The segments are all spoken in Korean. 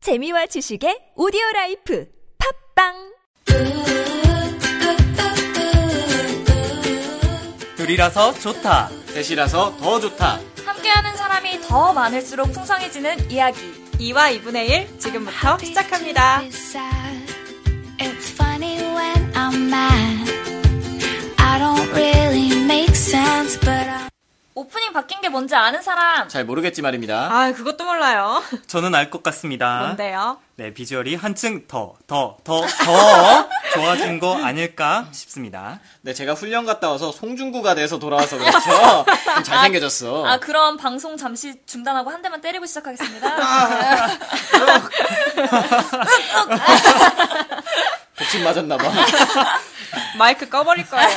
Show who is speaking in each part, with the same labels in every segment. Speaker 1: 재미와 지식의 오디오 라이프 팝빵
Speaker 2: 둘이라서 좋다.
Speaker 3: 셋이라서 더 좋다.
Speaker 4: 함께하는 사람이 더 많을수록 풍성해지는 이야기. 2와 2분의 1
Speaker 5: 아,
Speaker 4: 지금부터 시작합니다.
Speaker 6: It's funny when I'm mad. I don't really make sense, but I'm.
Speaker 4: 오프닝 바뀐 게 뭔지 아는 사람?
Speaker 3: 잘 모르겠지 말입니다.
Speaker 5: 아, 그것도 몰라요.
Speaker 2: 저는 알 것
Speaker 4: 아?
Speaker 2: 같습니다.
Speaker 5: 뭔데요?
Speaker 2: 네, 비주얼이 한층 더, 더, 더, 더 좋아진 거 아닐까 싶습니다.
Speaker 3: 네, 제가 훈련 갔다 와서 송중구가 돼서 돌아와서 그렇죠. 좀 잘생겨졌어.
Speaker 4: 아, 그럼 방송 잠시 중단하고 한 대만 때리고 시작하겠습니다.
Speaker 3: 복침 맞았나봐.
Speaker 5: 마이크 꺼버릴 거예요.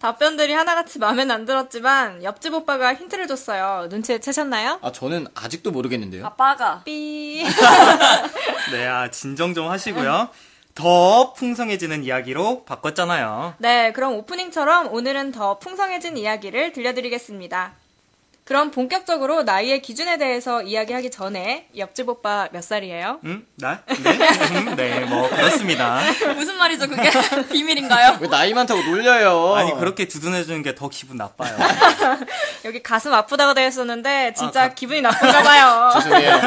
Speaker 5: 답변들이 하나같이 마음엔 안 들었지만 옆집 오빠가 힌트를 줬어요. 눈치채셨나요?
Speaker 3: 아, 저는 아직도 모르겠는데요.
Speaker 4: 아빠가.
Speaker 5: 삐.
Speaker 2: 네, 아, 진정 좀 하시고요. 더 풍성해지는 이야기로 바꿨잖아요.
Speaker 5: 네, 그럼 오프닝처럼 오늘은 더 풍성해진 이야기를 들려드리겠습니다. 그럼 본격적으로 나이의 기준에 대해서 이야기하기 전에 옆집 오빠 몇 살이에요?
Speaker 2: 음? 나? 네? 음, 네, 뭐, 그렇습니다.
Speaker 4: 무슨 말이죠, 그게? 비밀인가요?
Speaker 3: 왜 나이 많다고 놀려요?
Speaker 2: 아니, 그렇게 두둔해주는 게 더 기분 나빠요.
Speaker 5: 여기 가슴 아프다고 되어 있었는데 진짜
Speaker 2: 아, 가-
Speaker 5: 기분이 나쁜가 봐요.
Speaker 3: 죄송해요.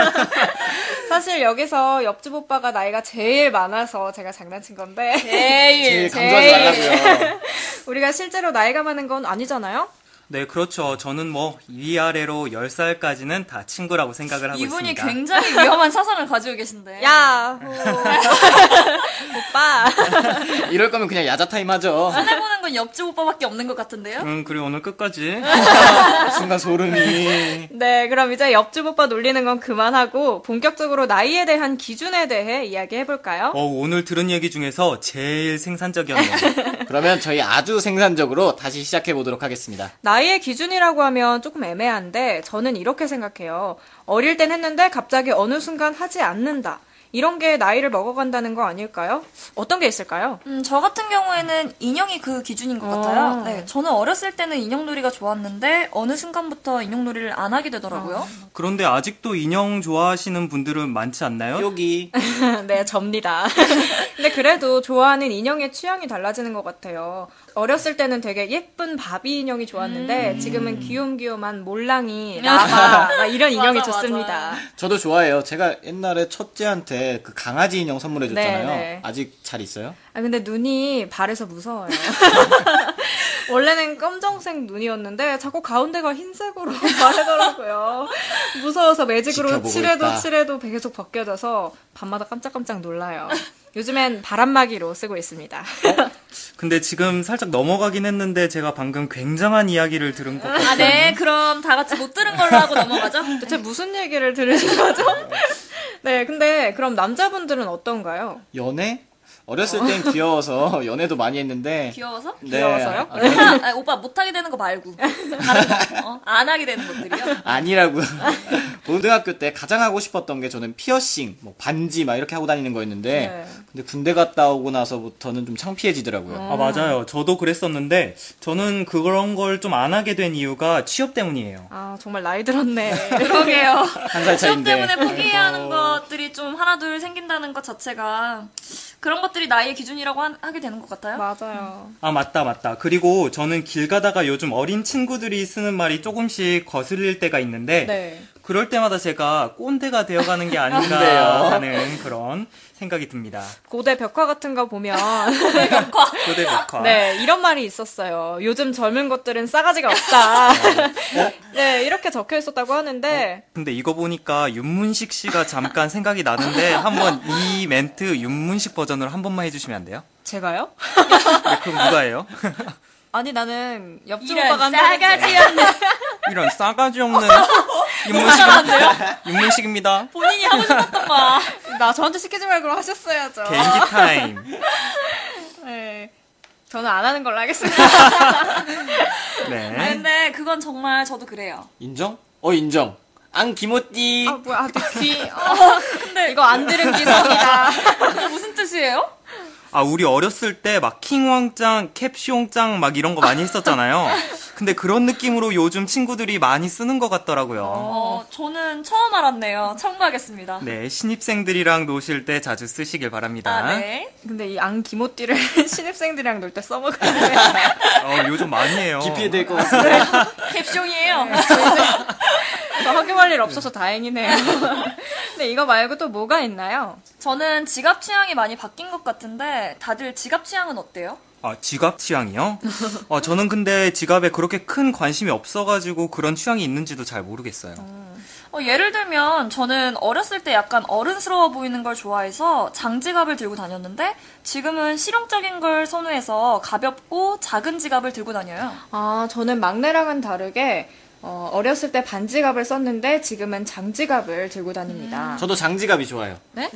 Speaker 5: 사실 여기서 옆집 오빠가 나이가 제일 많아서 제가 장난친 건데
Speaker 3: 제일
Speaker 5: 예,
Speaker 4: 에이.
Speaker 3: 강조하지 말라고요.
Speaker 5: 우리가 실제로 나이가 많은 건 아니잖아요?
Speaker 2: 네, 그렇죠. 저는 뭐, 위아래로 10살까지는 다 친구라고 생각을 하고
Speaker 4: 이분이
Speaker 2: 있습니다.
Speaker 4: 굉장히 위험한 사상을 가지고
Speaker 3: 네.
Speaker 4: 계신데.
Speaker 5: 야! 호 오빠!
Speaker 3: 이럴 거면 그냥 야자 타임 하죠.
Speaker 4: 해보는 건 옆집 오빠밖에 없는 것 같은데요?
Speaker 2: 음, 그리고 오늘 끝까지.
Speaker 3: 순간 소름이.
Speaker 5: 네, 그럼 이제 옆집 오빠 놀리는 건 그만하고 본격적으로 나이에 대한 기준에 대해 이야기해볼까요?
Speaker 2: 어, 오늘 들은 얘기 중에서 제일 생산적이었네요.
Speaker 3: 그러면 저희 아주 생산적으로 다시 시작해 보도록 하겠습니다.
Speaker 5: 나이의 기준이라고 하면 조금 애매한데 저는 이렇게 생각해요. 어릴 땐 했는데 갑자기 어느 순간 하지 않는다. 이런 게 나이를 먹어간다는 거 아닐까요? 어떤 게 있을까요?
Speaker 4: 음, 저 같은 경우에는 인형이 그 기준인 것
Speaker 5: 어.
Speaker 4: 같아요. 네, 저는 어렸을 때는 인형놀이가 좋았는데 어느 순간부터 인형놀이를 안 하게 되더라고요.
Speaker 3: 아.
Speaker 2: 그런데 아직도 인형 좋아하시는 분들은 많지 않나요?
Speaker 3: 여기.
Speaker 5: 네, 접니다. 근데 그래도 좋아하는 인형의 취향이 달라지는 것 같아요. 어렸을 때는 되게 예쁜 바비 인형이
Speaker 4: 음.
Speaker 5: 좋았는데 지금은 귀염귀염한 몰랑이, 라바 막 이런 인형이
Speaker 4: 맞아,
Speaker 5: 좋습니다.
Speaker 3: 저도 좋아해요. 제가 옛날에 첫째한테 그 강아지 인형 선물해 줬잖아요.
Speaker 5: 네, 네.
Speaker 3: 아직 잘 있어요?
Speaker 5: 아 근데 눈이 바래서 무서워요. 원래는 검정색 눈이었는데 자꾸 가운데가 흰색으로 바래더라고요. 무서워서 매직으로
Speaker 3: 지켜보고
Speaker 5: 칠해도
Speaker 3: 있다.
Speaker 5: 칠해도 계속 벗겨져서 밤마다 깜짝깜짝 놀라요. 요즘엔 바람막이로 쓰고 있습니다.
Speaker 2: 근데 지금 살짝 넘어가긴 했는데 제가 방금 굉장한 이야기를 들은 것 같아요.
Speaker 4: 아, 네, 그럼 다 같이 못 들은 걸로 하고 넘어가죠.
Speaker 5: 대체 무슨 얘기를 들으신 거죠? 네, 근데 그럼 남자분들은 어떤가요?
Speaker 3: 연애? 어렸을 땐 귀여워서 연애도 많이 했는데
Speaker 4: 귀여워서?
Speaker 3: 네.
Speaker 5: 귀여워서요?
Speaker 3: 아, 네.
Speaker 4: 아, 아니, 오빠 못하게 되는 거 말고 다른 거, 어? 안 하게 되는 것들이요.
Speaker 3: 아니라고. 고등학교 때 가장 하고 싶었던 게 저는 피어싱, 뭐 반지 막 이렇게 하고 다니는 거였는데
Speaker 5: 네.
Speaker 3: 근데 군대 갔다 오고 나서부터는 좀 창피해지더라고요.
Speaker 2: 아, 맞아요. 저도 그랬었는데 저는 그런 걸 좀 안 하게 된 이유가 취업 때문이에요.
Speaker 5: 아, 정말 나이 들었네.
Speaker 4: 그러게요.
Speaker 3: 한 살
Speaker 4: 취업
Speaker 3: 차인데.
Speaker 4: 때문에 포기해야 하는 것들이 좀 하나둘 생긴다는 것 자체가 그런 것들이 나이의 기준이라고 한- 하게 되는 것 같아요.
Speaker 5: 맞아요.
Speaker 2: 아, 맞다, 맞다. 그리고 저는 길 가다가 요즘 어린 친구들이 쓰는 말이 조금씩 거슬릴 때가 있는데
Speaker 5: 네.
Speaker 2: 그럴 때마다 제가 꼰대가 되어가는 게 아닌가 하는 그런 생각이 듭니다.
Speaker 5: 고대 벽화 같은 거 보면
Speaker 2: 고대 백화.
Speaker 5: 네, 이런 말이 있었어요. 요즘 젊은 것들은 싸가지가 없다.
Speaker 4: 어?
Speaker 5: 네, 이렇게 적혀 있었다고 하는데,
Speaker 2: 근데 이거 보니까 윤문식 씨가 잠깐 생각이 나는데 한번 이 멘트 윤문식 버전으로 한 번만 해주시면 안 돼요?
Speaker 5: 제가요?
Speaker 2: 네, 그럼 누가 해요?
Speaker 5: 아니, 나는 옆집
Speaker 4: 이런
Speaker 5: 오빠가
Speaker 4: 싸가지
Speaker 5: 한다는데
Speaker 2: 이런 싸가지 없는 윤문식
Speaker 4: 뭐
Speaker 2: 윤문식입니다.
Speaker 4: 본인이 하고 싶었던 거야.
Speaker 5: 나 저한테 시키지 말고 하셨어야죠.
Speaker 2: 개인기 타임.
Speaker 5: 네. 저는 안 하는 걸로 하겠습니다.
Speaker 4: 아,
Speaker 2: 네.
Speaker 4: 근데 그건 정말 저도 그래요.
Speaker 3: 인정? 어 인정. 앙 기모띠.
Speaker 5: 아, 뭐야, 아, 귀. 어, 근데 이거 안 들은 기사입니다.
Speaker 4: 이게 무슨 뜻이에요?
Speaker 2: 아 우리 어렸을 때 막 킹왕짱, 캡숑짱 막 이런 거 많이 했었잖아요. 근데 그런 느낌으로 요즘 친구들이 많이 쓰는 것 같더라고요.
Speaker 4: 어, 저는 처음 알았네요. 참고하겠습니다.
Speaker 2: 네, 신입생들이랑 노실 때 자주 쓰시길 바랍니다.
Speaker 4: 아, 네.
Speaker 5: 근데 이 앙 기모띠를 신입생들이랑 놀 때 써먹어요.
Speaker 2: 어, 요즘 많이 해요.
Speaker 3: 기피해 될것 같습니다.
Speaker 4: 캡숑이에요.
Speaker 5: 저 학교할 일 없어서 다행이네요. 근데 이거 말고 또 뭐가 있나요?
Speaker 4: 저는 지갑 취향이 많이 바뀐 것 같은데 다들 지갑 취향은 어때요?
Speaker 2: 아, 지갑 취향이요? 어, 저는 근데 지갑에 그렇게 큰 관심이 없어가지고 그런 취향이 있는지도 잘 모르겠어요.
Speaker 4: 어, 예를 들면 저는 어렸을 때 약간 어른스러워 보이는 걸 좋아해서 장지갑을 들고 다녔는데 지금은 실용적인 걸 선호해서 가볍고 작은 지갑을 들고 다녀요.
Speaker 5: 아, 저는 막내랑은 다르게 어, 어렸을 때 반지갑을 썼는데 지금은 장지갑을 들고 다닙니다.
Speaker 3: 저도 장지갑이 좋아요.
Speaker 5: 음. 네?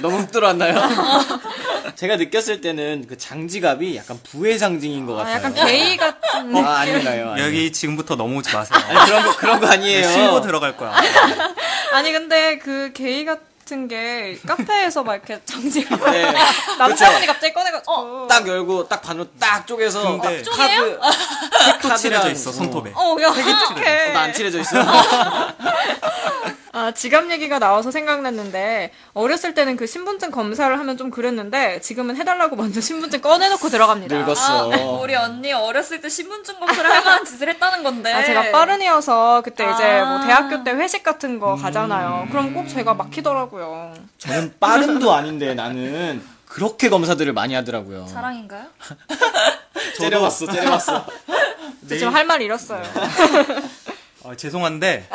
Speaker 3: 너무 흑들어왔나요? 제가 느꼈을 때는 그 장지갑이 약간 부의 상징인 것
Speaker 5: 아,
Speaker 3: 같아요.
Speaker 5: 약간 게이 같은
Speaker 3: 아, 아닌가요? 아닌가요?
Speaker 2: 여기 지금부터 넘어오지 마세요. 네,
Speaker 3: 아니, 그런 거, 그런 거 아니에요.
Speaker 2: 신고 들어갈 거야.
Speaker 5: 아니 근데 그 게이 같은 게 카페에서 막 이렇게 정지가
Speaker 3: 네.
Speaker 5: 남자분이 갑자기 꺼내가지고 어,
Speaker 3: 딱 열고 딱 반으로 딱 쪼개서
Speaker 2: 근데
Speaker 3: 카드
Speaker 2: 또 칠해져 있어, 손톱에.
Speaker 5: 야 어떡해
Speaker 3: 나안 칠해져 있어.
Speaker 5: 아, 지갑 얘기가 나와서 생각났는데 어렸을 때는 그 신분증 검사를 하면 좀 그랬는데 지금은 해달라고 먼저 신분증 꺼내놓고 들어갑니다.
Speaker 3: 늙었어.
Speaker 4: 아, 우리 언니 어렸을 때 신분증 검사를 할 만한 짓을 했다는 건데.
Speaker 5: 아, 제가 빠른이어서 그때 이제
Speaker 4: 아.
Speaker 5: 뭐 대학교 때 회식 같은
Speaker 3: 음.
Speaker 5: 거 가잖아요. 그럼 꼭 제가 막히더라고요.
Speaker 3: 저는 빠른도 아닌데 나는 그렇게 검사들을 많이 하더라고요.
Speaker 4: 자랑인가요?
Speaker 3: 째려봤어, 째려봤어. 네.
Speaker 5: 저 지금 할 말 잃었어요.
Speaker 2: 아, 죄송한데.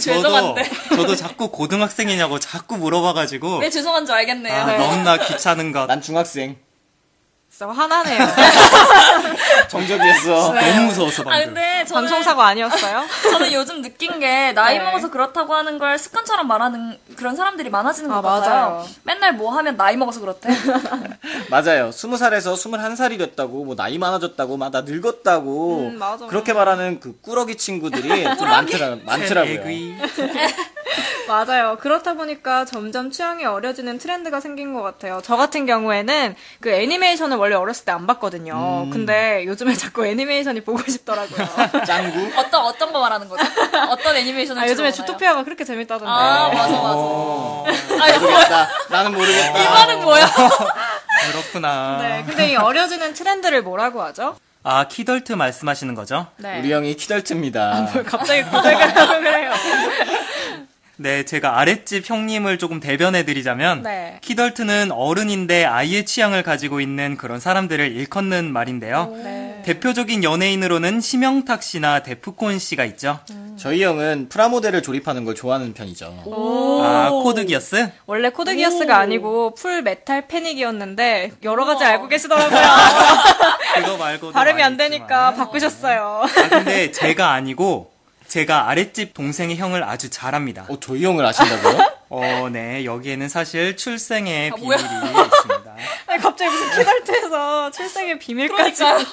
Speaker 4: 죄송한데.
Speaker 2: 저도, 저도 자꾸 고등학생이냐고 자꾸 물어봐가지고.
Speaker 4: 왜 죄송한 줄 알겠네요.
Speaker 2: 아, 너무나 귀찮은가.
Speaker 3: 난 중학생.
Speaker 5: 진짜 화나네요.
Speaker 3: 정적이었어.
Speaker 2: 너무 무서웠어,
Speaker 4: 아,
Speaker 2: 방금.
Speaker 4: 근데 저는,
Speaker 5: 방송사고 아니었어요?
Speaker 4: 저는 요즘 느낀 게 나이
Speaker 5: 네.
Speaker 4: 먹어서 그렇다고 하는 걸 습관처럼 말하는 그런 사람들이 많아지는 것
Speaker 5: 아,
Speaker 4: 같아요.
Speaker 5: 맞아요.
Speaker 4: 맨날 뭐 하면 나이 먹어서 그렇대.
Speaker 3: 맞아요. 스무 살에서 스물한 살이 됐다고, 뭐, 나이 많아졌다고, 막, 나 늙었다고.
Speaker 5: 음, 맞아.
Speaker 3: 그렇게 말하는 그 꾸러기 친구들이 좀 많더라, 많더라고요.
Speaker 2: 애귀.
Speaker 5: 맞아요. 그렇다 보니까 점점 취향이 어려지는 트렌드가 생긴 것 같아요. 저 같은 경우에는 그 애니메이션을 원래 어렸을 때 안 봤거든요.
Speaker 3: 음.
Speaker 5: 근데 요즘에 자꾸 애니메이션이 보고 싶더라고요.
Speaker 3: 짱구?
Speaker 4: 어떤, 어떤 거 말하는 거죠? 어떤 애니메이션을
Speaker 5: 아, 요즘에
Speaker 4: 주로 보나요?
Speaker 5: 주토피아가 그렇게 재밌다던데.
Speaker 4: 아, 맞아, 맞아.
Speaker 5: 네.
Speaker 3: 어,
Speaker 4: 아, 뭐야.
Speaker 3: 모르겠다. 나는 모르겠다.
Speaker 4: 이 말은 뭐야?
Speaker 2: 그렇구나.
Speaker 5: 네, 근데 이 어려지는 트렌드를 뭐라고 하죠?
Speaker 2: 아, 키덜트 말씀하시는 거죠?
Speaker 5: 네.
Speaker 3: 우리 형이 키덜트입니다.
Speaker 5: 갑자기 고백을 그래요.
Speaker 2: 네, 제가 아랫집 형님을 조금 대변해드리자면,
Speaker 5: 네.
Speaker 2: 키덜트는 어른인데 아이의 취향을 가지고 있는 그런 사람들을 일컫는 말인데요.
Speaker 5: 네.
Speaker 2: 대표적인 연예인으로는 심영탁 씨나 데프콘 씨가 있죠.
Speaker 3: 저희 형은 프라모델을 조립하는 걸 좋아하는 편이죠.
Speaker 2: 아, 코드 기어스?
Speaker 5: 원래 코드 기어스가 아니고 풀 메탈 패닉이었는데 여러 가지 알고 계시더라고요.
Speaker 2: 그거 말고도.
Speaker 5: 발음이 안
Speaker 2: 많이 있지만.
Speaker 5: 되니까 바꾸셨어요.
Speaker 2: 아, 근데 제가 아니고, 제가 아랫집 동생의 형을 아주 잘합니다.
Speaker 3: 어, 저희 형을 아신다고요?
Speaker 2: 어, 네. 여기에는 사실
Speaker 5: 아,
Speaker 2: 출생의 비밀이
Speaker 4: 뭐야?
Speaker 2: 있습니다.
Speaker 5: 아니, 갑자기 무슨 키덜트에서 출생의 비밀까지. 어.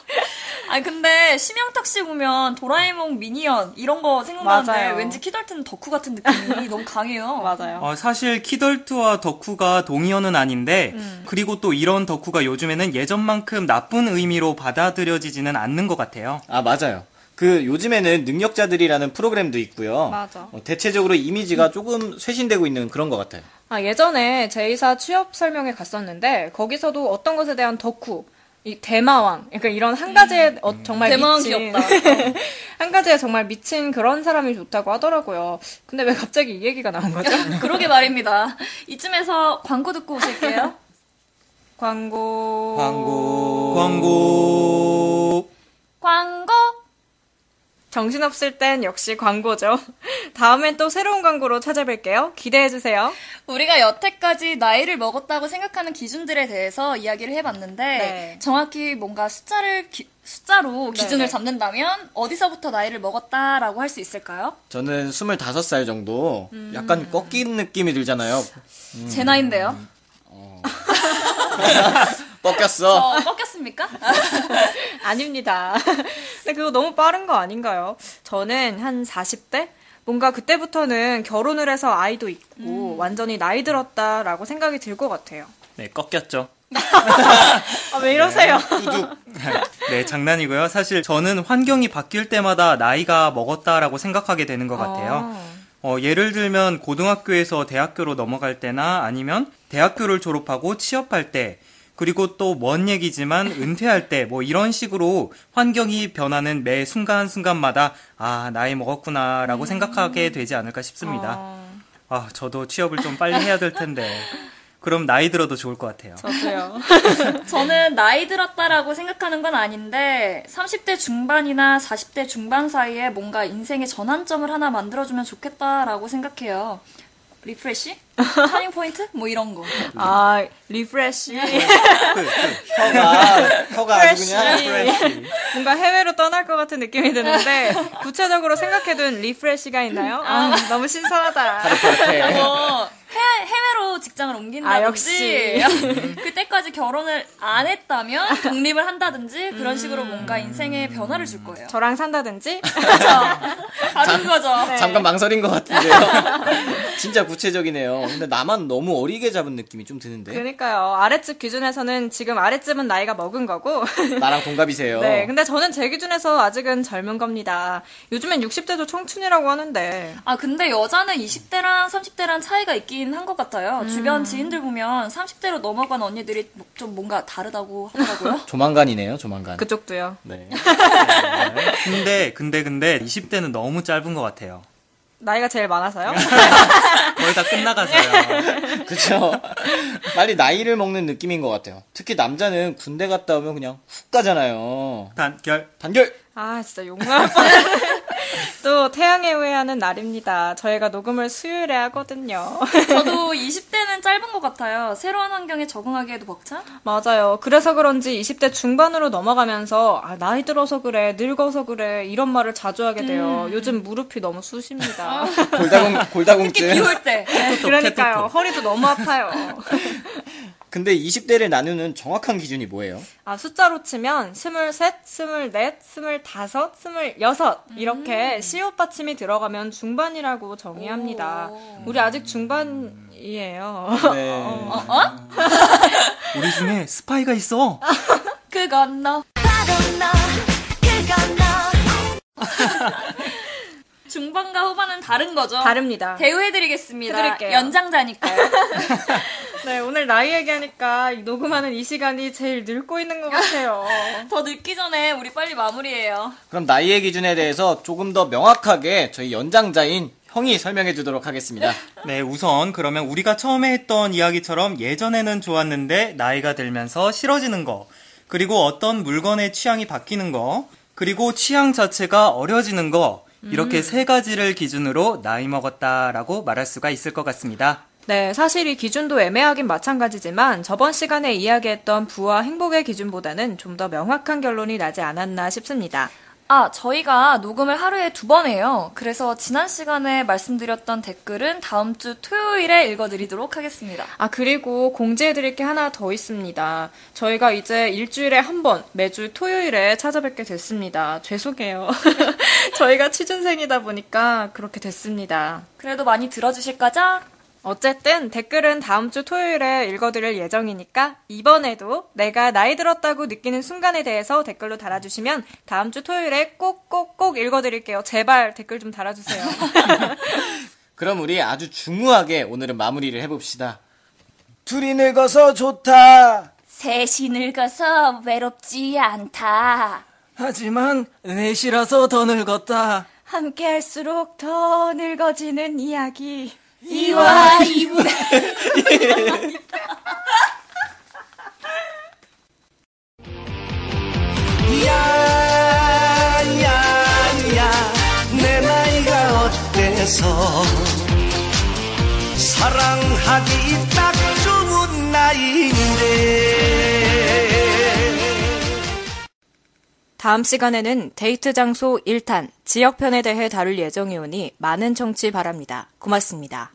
Speaker 4: 아 근데 심영탁 씨 보면 도라에몽 미니언 이런 거 생각나는데
Speaker 5: 맞아요.
Speaker 4: 왠지 키덜트는 덕후 같은 느낌이 너무 강해요.
Speaker 5: 맞아요.
Speaker 2: 어, 사실 키덜트와 덕후가 동의어는 아닌데, 그리고 또 이런 덕후가 요즘에는 예전만큼 나쁜 의미로 받아들여지지는 않는 것 같아요.
Speaker 3: 아, 맞아요. 그, 요즘에는 능력자들이라는 프로그램도 있고요.
Speaker 5: 맞아.
Speaker 3: 어, 대체적으로 이미지가 조금 쇄신되고 있는 그런 것 같아요.
Speaker 5: 아, 예전에 제2사 취업 설명회 갔었는데 거기서도 어떤 것에 대한 덕후, 이 대마왕, 그러니까 이런 한 가지에 어, 정말
Speaker 4: 대망
Speaker 5: 미친
Speaker 4: 귀엽다.
Speaker 5: 한 가지에 정말 미친 그런 사람이 좋다고 하더라고요. 근데 왜 갑자기 이 얘기가 나온 거죠?
Speaker 4: 그러게 말입니다. 이쯤에서 광고 듣고 오실게요.
Speaker 5: 광고.
Speaker 2: 광고.
Speaker 4: 광고.
Speaker 5: 정신없을 땐 역시 광고죠. 다음엔 또 새로운 광고로 찾아뵐게요. 기대해주세요.
Speaker 4: 우리가 여태까지 나이를 먹었다고 생각하는 기준들에 대해서 이야기를 해봤는데
Speaker 5: 네.
Speaker 4: 정확히 뭔가 숫자를 기- 숫자로 기준을
Speaker 5: 네.
Speaker 4: 잡는다면 어디서부터 나이를 먹었다라고 할 수 있을까요?
Speaker 3: 저는 25살 정도
Speaker 5: 음.
Speaker 3: 약간 꺾인 느낌이 들잖아요.
Speaker 4: 제 나이인데요.
Speaker 3: 꺾였어.
Speaker 4: 어, 꺾였습니까?
Speaker 5: 아닙니다. 근데 그거 너무 빠른 거 아닌가요? 저는 한 40대? 뭔가 음. 그때부터는 결혼을 해서 아이도 있고 완전히 나이 들었다라고 생각이 들 것 같아요.
Speaker 2: 네, 꺾였죠.
Speaker 5: 아, 왜 이러세요?
Speaker 2: 네, 장난이고요. 사실 저는 환경이 바뀔 때마다 나이가 먹었다라고 생각하게 되는 것 같아요. 어, 예를 들면 고등학교에서 대학교로 넘어갈 때나 아니면 대학교를 졸업하고 취업할 때 그리고 또 먼 얘기지만 은퇴할 때 뭐 이런 식으로 환경이 변하는 매 순간순간마다 아, 나이 먹었구나라고 생각하게 되지 않을까 싶습니다.
Speaker 5: 음. 어,
Speaker 2: 아, 저도 취업을 좀 빨리 해야 될 텐데. 그럼 나이 들어도 좋을 것 같아요.
Speaker 5: 저도요.
Speaker 4: 저는 나이 들었다라고 생각하는 건 아닌데 30대 중반이나 40대 중반 사이에 뭔가 인생의 전환점을 하나 만들어주면 좋겠다라고 생각해요. 리프레시? 터닝 포인트? 뭐 이런 거.
Speaker 5: 아, 리프레쉬.
Speaker 3: 혀가 혀가 아주 그냥
Speaker 5: 뭔가 해외로 떠날 것 같은 느낌이 드는데 구체적으로 생각해둔 리프레쉬가 있나요? 아, 너무 신선하다.
Speaker 3: 이렇게
Speaker 4: 뭐 해외, 해외로 직장을 옮긴다든지
Speaker 5: 아, 역시.
Speaker 4: 그때까지 결혼을 안 했다면 독립을 한다든지 그런 식으로 뭔가 인생에 변화를 줄 거예요.
Speaker 5: 저랑 산다든지.
Speaker 4: 바로 그거죠.
Speaker 5: 네.
Speaker 3: 잠깐 망설인 것 같은데요. 진짜 구체적이네요. 근데 나만 너무 어리게 잡은 느낌이 좀 드는데.
Speaker 5: 그러니까요. 아랫집 기준에서는 지금 아랫집은 나이가 먹은 거고.
Speaker 3: 나랑 동갑이세요.
Speaker 5: 네, 근데 저는 제 기준에서 아직은 젊은 겁니다. 요즘엔 60대도 청춘이라고 하는데.
Speaker 4: 아, 근데 여자는 20대랑 30대랑 차이가 있긴 한 것 같아요. 주변 지인들 보면 30대로 넘어간 언니들이 좀 뭔가 다르다고 하더라고요.
Speaker 3: 조만간이네요, 조만간.
Speaker 5: 그쪽도요.
Speaker 3: 네.
Speaker 2: 근데 근데 근데 20대는 너무 짧은 것 같아요.
Speaker 5: 나이가 제일 많아서요.
Speaker 2: 거의 다 끝나가서요.
Speaker 3: 그쵸. 빨리 나이를 먹는 느낌인 것 같아요. 특히 남자는 군대 갔다 오면 그냥 훅 가잖아요.
Speaker 2: 단결.
Speaker 3: 단결!
Speaker 5: 아, 진짜 욕망. 또 태양에 의하는 날입니다. 저희가 녹음을 수요일에 하거든요.
Speaker 4: 저도 20대는 짧은 것 같아요. 새로운 환경에 적응하기에도 벅차?
Speaker 5: 맞아요. 그래서 그런지 20대 중반으로 넘어가면서 아, 나이 들어서 그래, 늙어서 그래 이런 말을 자주 하게 돼요. 요즘 무릎이 너무 쑤십니다.
Speaker 3: 골다공,
Speaker 4: 특히 비
Speaker 3: 골다공증.
Speaker 4: 올 때. 네.
Speaker 5: 그러니까요. 허리도 너무 아파요.
Speaker 3: 근데 20대를 나누는 정확한 기준이 뭐예요?
Speaker 5: 아, 숫자로 치면 23, 24, 25, 26 이렇게 시옷 받침이 들어가면 중반이라고 정의합니다.
Speaker 4: 오.
Speaker 5: 우리 아직 중반이에요.
Speaker 3: 네.
Speaker 4: 어,
Speaker 2: 우리 중에 스파이가 있어.
Speaker 4: 그건 너.
Speaker 6: 나도 너 그건 너
Speaker 4: 중반과 후반은 다른 거죠?
Speaker 5: 다릅니다.
Speaker 4: 대우해드리겠습니다.
Speaker 5: 해드릴게요.
Speaker 4: 연장자니까요.
Speaker 5: 네, 오늘 나이 얘기하니까 이 녹음하는 이 시간이 제일 늙고 있는 것 같아요.
Speaker 4: 더 늦기 전에 우리 빨리 마무리해요.
Speaker 3: 그럼 나이의 기준에 대해서 조금 더 명확하게 저희 연장자인 형이 설명해 주도록 하겠습니다.
Speaker 2: 네, 우선 그러면 우리가 처음에 했던 이야기처럼 예전에는 좋았는데 나이가 들면서 싫어지는 거. 그리고 어떤 물건의 취향이 바뀌는 거. 그리고 취향 자체가 어려지는 거. 이렇게 세 가지를 기준으로 나이 먹었다라고 말할 수가 있을 것 같습니다.
Speaker 5: 네, 사실 이 기준도 애매하긴 마찬가지지만 저번 시간에 이야기했던 부와 행복의 기준보다는 좀 더 명확한 결론이 나지 않았나 싶습니다.
Speaker 4: 아, 저희가 녹음을 하루에 두 번 해요. 그래서 지난 시간에 말씀드렸던 댓글은 다음 주 토요일에 읽어드리도록 하겠습니다.
Speaker 5: 아, 그리고 공지해드릴 게 하나 더 있습니다. 저희가 이제 일주일에 한 번, 매주 토요일에 찾아뵙게 됐습니다. 죄송해요. 저희가 취준생이다 보니까 그렇게 됐습니다.
Speaker 4: 그래도 많이 들어주실 거죠?
Speaker 5: 어쨌든 댓글은 다음 주 토요일에 읽어드릴 예정이니까 이번에도 내가 나이 들었다고 느끼는 순간에 대해서 댓글로 달아주시면 다음 주 토요일에 꼭꼭꼭 읽어드릴게요. 제발 댓글 좀 달아주세요.
Speaker 3: 그럼 우리 아주 중후하게 오늘은 마무리를 해봅시다. 둘이 늙어서 좋다.
Speaker 4: 셋이 늙어서 외롭지 않다.
Speaker 2: 하지만 넷이라서 더 늙었다.
Speaker 5: 함께할수록 더 늙어지는 이야기.
Speaker 4: 이와 이브.
Speaker 7: 야야야 내 나이가 어때서 사랑하기 딱 좋은 나이인데
Speaker 5: 다음 시간에는 데이트 장소 1탄, 지역편에 대해 다룰 예정이오니 많은 청취 바랍니다. 고맙습니다.